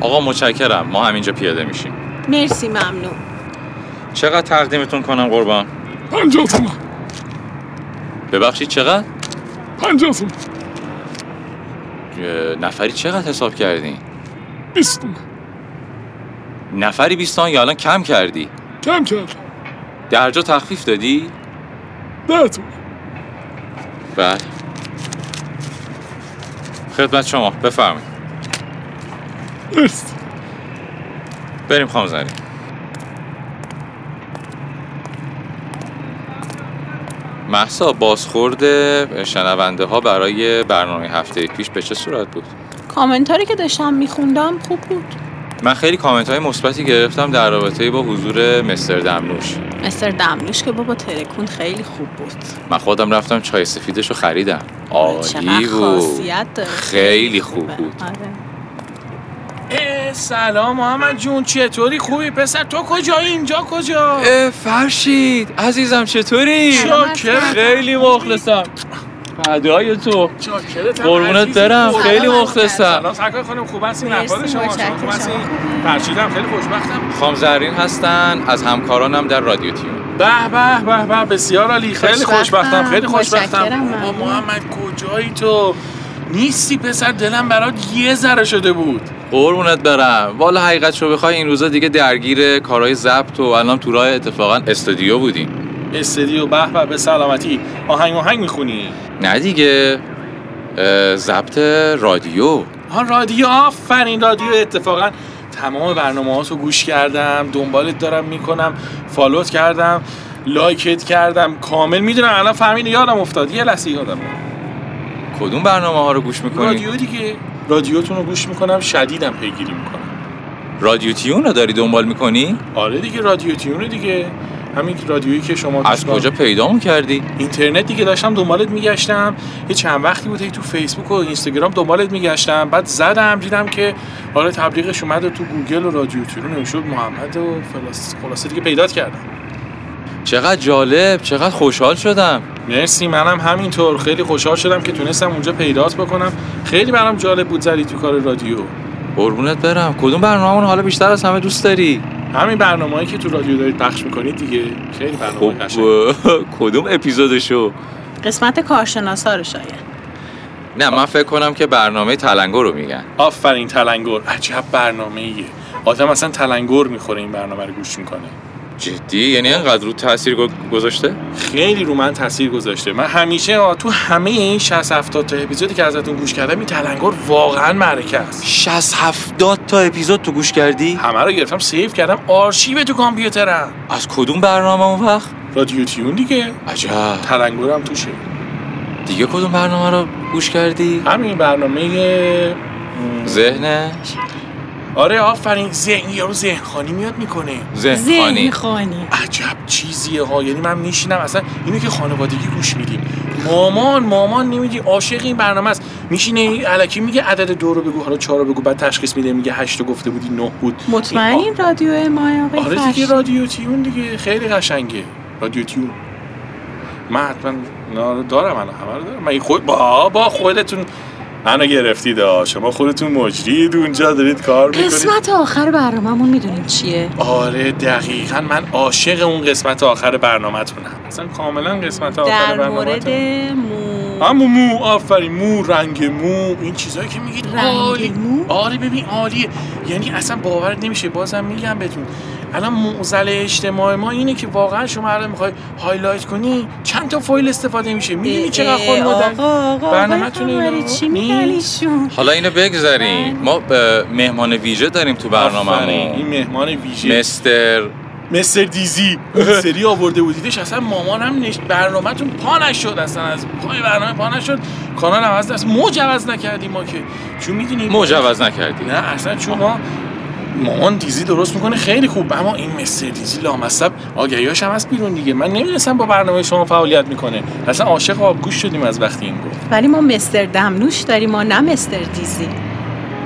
آقا متشکرم ما همینجا پیاده میشیم مرسی ممنون چقدر تقدیمتون کنم قربان پنجاه تومن ببخشید چقدر پنجاه تومن اه، نفری چقدر حساب کردی بیست تومن نفری بیستان یا الان کم کردی کم کردم در جا تخفیف دادی ده تومن بله خدمت شما بفرمایید مرسی بریم خانم زنی محسا بازخورد شنونده ها برای برنامه هفته پیش به چه صورت بود؟ کامنتاری که داشتم میخوندم خوب بود من خیلی کامنت های مثبتی گرفتم در رابطه با حضور مستر دمنوش مستر دمنوش که بابا ترکون خیلی خوب بود من خودم رفتم چای سفیدش رو خریدم چقدر عالی بود خاصیت داره خیلی خوب خوبه. بود. آره. اه، سلام محمد جون چطوری خوبی پسر تو کجایی اینجا کجا اه، فرشید عزیزم چطوری؟ چاکر خیلی مخلصم فدای تو چاکرتم قربونت عزیزی. برم خوب. خیلی سلام مخلصم سلام سرکار خانم خوب هستین مرسی، احوال شما شما متشکرم. خوب هستین فرشیدم خیلی خوشبختم خام زرین هستن از همکارانم در رادیو تیون به به به به بسیار عالی خیلی خوشبختم. خوشبختم خیلی متشکرم، خوشبختم بابا ممنون. محمد کجایی تو نیستی پسر دلم برات یه ذره شده بود قربونت برم والا حقیقت شو بخوای این روزا دیگه درگیر کارهای ضبط و الان تو راه اتفاقا استودیو بودیم استدیو به به به سلامتی آهنگ آهنگ میخونی نه دیگه اه، ضبط رادیو ها رادیو آفرین رادیو اتفاقا تمام برنامه رو گوش کردم دنبالت دارم میکنم فالوت کردم لایکت کردم کامل میدونم الان فهمیده یادم افتاد یه لحظه یادم رفت. کدوم برنامه ها رو گوش میکنی؟ رادیو دیگه رادیوتون رو گوش میکنم شدیدم پیگیری میکنم رادیو تیون رو داری دنبال میکنی؟ آره دیگه رادیو تیونه دیگه همین رادیویی که شما گوش از کن- کجا پیدامون کردی؟ اینترنت دیگه داشتم دنبالت میگشتم یه چند وقتی بود هی تو فیسبوک و اینستاگرام دنبالت میگشتم بعد زدم دیدم که آره تبلیغش اومد و تو گوگل و رادیو تیرون نمیشد محمد و فلاس خلاصه دیگه پیدات کردم چقدر جالب چقدر خوشحال شدم مرسی منم همینطور خیلی خوشحال شدم که تونستم اونجا پیدات بکنم خیلی برام جالب بود زدی تو کار رادیو قربونت برم کدوم برنامه رو حالا بیشتر از همه دوست داری؟ همین برنامه‌ای که تو رادیو دارید پخش میکنید دیگه خیلی برنامه خب قشنگه کدوم اپیزودشو؟ قسمت کارشناسا رو شاید نه من فکر کنم که برنامه تلنگو رو میگن آفرین تلنگر عجب برنامه‌ایه آدم اصلا تلنگر میخوره این برنامه رو گوش میکنه جدی یعنی انقدر رو تاثیر گو- گذاشته خیلی رو من تاثیر گذاشته من همیشه آه، تو همه این 60 70 تا اپیزودی که ازتون گوش کردم این تلنگر واقعا معرکه است 60 70 تا اپیزود تو گوش کردی همه رو گرفتم سیو کردم آرشیو تو کامپیوترم از کدوم برنامه اون وقت رادیو تیون دیگه عجب تلنگرم توشه دیگه کدوم برنامه رو گوش کردی همین برنامه ذهن آره آفرین ذهن یارو ذهن خانی میاد میکنه ذهن ذهن خانی خانی عجب چیزیه ها یعنی من میشینم اصلا اینو که خانوادگی گوش میدیم مامان مامان نمیدی عاشق این برنامه است میشینه الکی میگه عدد دو رو بگو حالا چهار رو بگو بعد تشخیص میده میگه هشت رو گفته بودی نه بود مطمئنین رادیو ما آقای آره فرشید؟ دیگه رادیو تیون دیگه خیلی قشنگه رادیو تیون من حتما اینا رو دارم الان همه رو دارم من خود بابا خودتون منو گرفتید آ شما خودتون مجرید اونجا دارید کار میکنید قسمت آخر برنامه‌مون میدونین چیه آره دقیقا من عاشق اون قسمت آخر برنامه‌تونم اصلا کاملا قسمت آخر در برنامه مورد مو اما مو آفرین مو رنگ مو این چیزایی که میگید رنگ عالی مو؟ آره ببین عالیه یعنی اصلا باورت نمیشه بازم میگم بهتون الان معضل اجتماع ما اینه که واقعا شما الان میخوای هایلایت کنی چند تا فایل استفاده میشه میدونی چقدر اه، خود مادر آقا آقا برنامه‌تون آقای اینا قمری، چی میگن نیست؟ ایشون حالا اینو بگذاریم ما اه، مهمان ویژه داریم تو آفرین، این برنامه مهمان ویژه مستر مستر دیزی اون سری آورده بودیدش اصلا مامانم نش... برنامهتون پا نشد اصلا از پای برنامه پا نشد کانال عوض نشد موج عوض نکردیم ما که چون میدونی موج عوض نکردی نه اصلا چون ما مامان دیزی درست میکنه خیلی خوب اما این مستر دیزی لامصب آگهیاش هم از بیرون دیگه من نمیدونستم با برنامه شما فعالیت میکنه اصلا عاشق آبگوش شدیم از وقتی این گفت ولی ما مستر دمنوش داریم ما نه مستر دیزی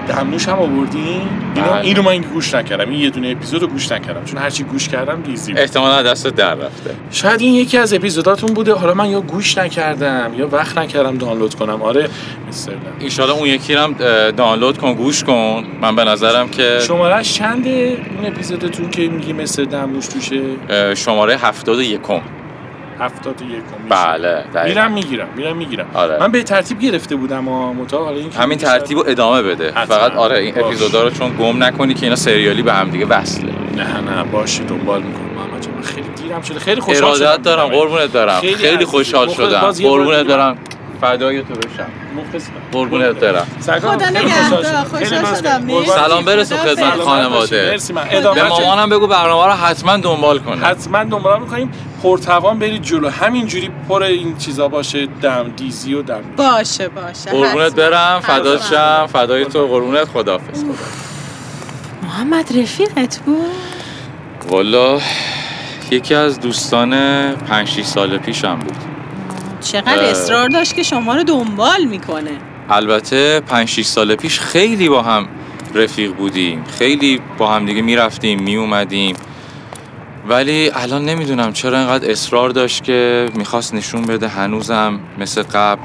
دمنوش هم آوردیم اینو بله. اینو من گوش نکردم این یه دونه اپیزود رو گوش نکردم چون هرچی گوش کردم ریزی بود. احتمالا دست در رفته شاید این یکی از اپیزوداتون بوده حالا من یا گوش نکردم یا وقت نکردم دانلود کنم آره مستر لم. ایشالا اون یکی رو هم اه، دانلود کن گوش کن من به نظرم که شمارش چنده اون اپیزودتون که میگی مستر دمنوش توشه اه، شماره هفتاد و یکم هفتاد و یکم بله دقیقاً. میرم میگیرم میرم میگیرم آره. من به ترتیب گرفته بودم و متا حالا این که همین بیشتر- ترتیب رو ادامه بده حتما. فقط آره این باش. اپیزودا رو چون گم نکنی که اینا سریالی به هم دیگه وصله نه نه باشه دنبال میکنم محمد جان من خیلی دیرم شده خیلی خوشحال ارادت شدم دارم دیدمت. قربونت دارم خیلی خیلی, عزیزی. خوشحال مخلص. شدم باز یه بار قربونت دیدم. دارم فدای تو بشم مخلصم. قربونت دارم سرکارم، خدا خیلی نگهدار. خوشحال خوشحال شدم. خیلی ممنون. شدم. مرسی. قربان. سلام برسون خدا خدمت حافظ. خانواده مرسی من ادامه به چه؟ مامانم بگو برنامه رو حتما دنبال کنه حتما دنبال میکنیم پرتوان برید جلو همینجوری پر این چیزا باشه دم دیزی و دم باشه باشه قربونت حتما. برم فدات حتما. شم فدای تو قربونت خدافظ محمد رفیقت بود والا یکی از دوستان 5 6 سال پیشم بود چقدر اه. اصرار داشت که شما رو دنبال میکنه البته 5 6 سال پیش خیلی با هم رفیق بودیم خیلی با هم دیگه میرفتیم میومدیم ولی الان نمیدونم چرا اینقدر اصرار داشت که میخواست نشون بده هنوزم مثل قبل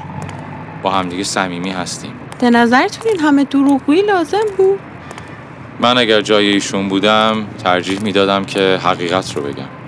با همدیگه صمیمی هستیم به نظرتون این همه دروغگویی لازم بود من اگر جای ایشون بودم ترجیح میدادم که حقیقت رو بگم